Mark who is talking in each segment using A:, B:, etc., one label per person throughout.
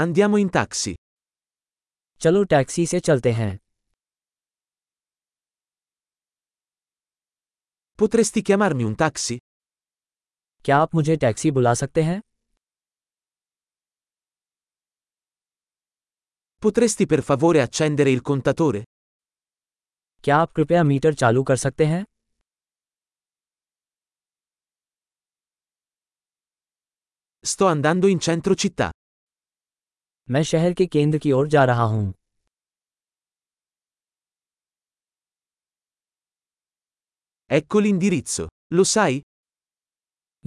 A: Andiamo in taxi.
B: चलो taxi से चलते हैं
A: Potresti chiamarmi un taxi?
B: क्या आप मुझे टैक्सी बुला सकते हैं
A: Potresti per favore accendere il contatore?
B: क्या आप कृपया मीटर चालू कर सकते हैं
A: Sto andando in centro città.
B: मैं शहर के केंद्र की ओर जा रहा हूँ
A: Ecco l'indirizzo. Lo sai?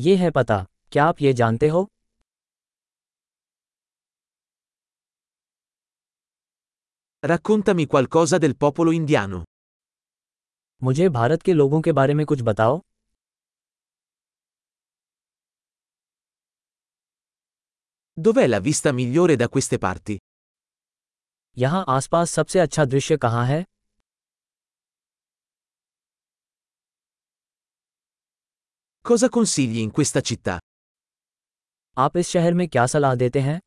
B: ये है पता क्या आप ये जानते हो
A: Raccontami qualcosa del popolo indiano.
B: मुझे भारत के लोगों के बारे में कुछ बताओ
A: Dov'è la vista migliore da queste parti?
B: यहाँ आसपास सबसे अच्छा दृश्य कहाँ है
A: Cosa consigli in questa città?
B: आप इस शहर में क्या सलाह देते हैं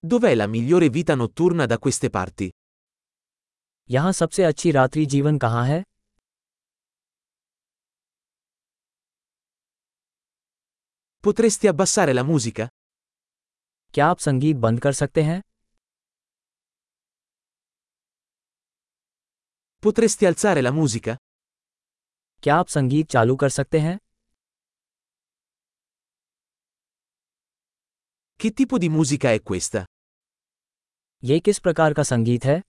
A: Dov'è la migliore vita notturna da queste parti?
B: यहाँ सबसे अच्छी रात्रि जीवन कहाँ है
A: Potresti abbassare la musica?
B: क्या आप संगीत बंद कर सकते हैं
A: Potresti alzare la musica?
B: क्या आप संगीत चालू कर सकते हैं
A: Che tipo di musica è questa?
B: ये किस प्रकार का संगीत है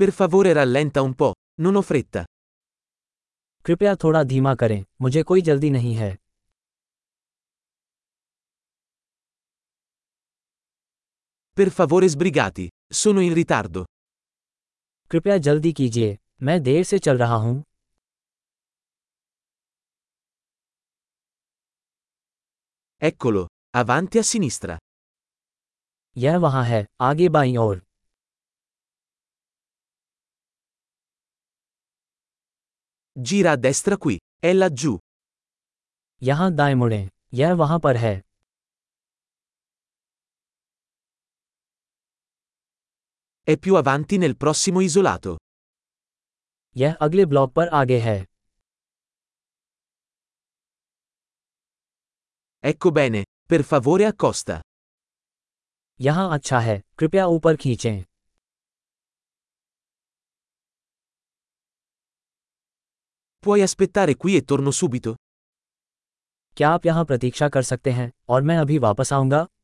A: Per favore rallenta un po', non ho fretta.
B: कृपया थोड़ा धीमा करें मुझे कोई जल्दी नहीं है
A: Per favore sbrigati, sono in ritardo.
B: कृपया जल्दी कीजिए मैं देर से चल रहा हूँ
A: Eccolo, avanti a sinistra.
B: यह वहाँ है आगे बाईं ओर
A: Gira a destra qui, è laggiù.
B: यहाँ दाएं मुड़ें यह वहाँ पर है
A: È più avanti nel prossimo isolato.
B: यह अगले ब्लॉक पर आगे है
A: Ecco bene, per favore accosta.
B: यहाँ अच्छा है कृपया ऊपर खींचें
A: Puoi aspettare qui e torno subito?
B: क्या आप यहाँ प्रतीक्षा कर सकते हैं और मैं अभी वापस आऊँगा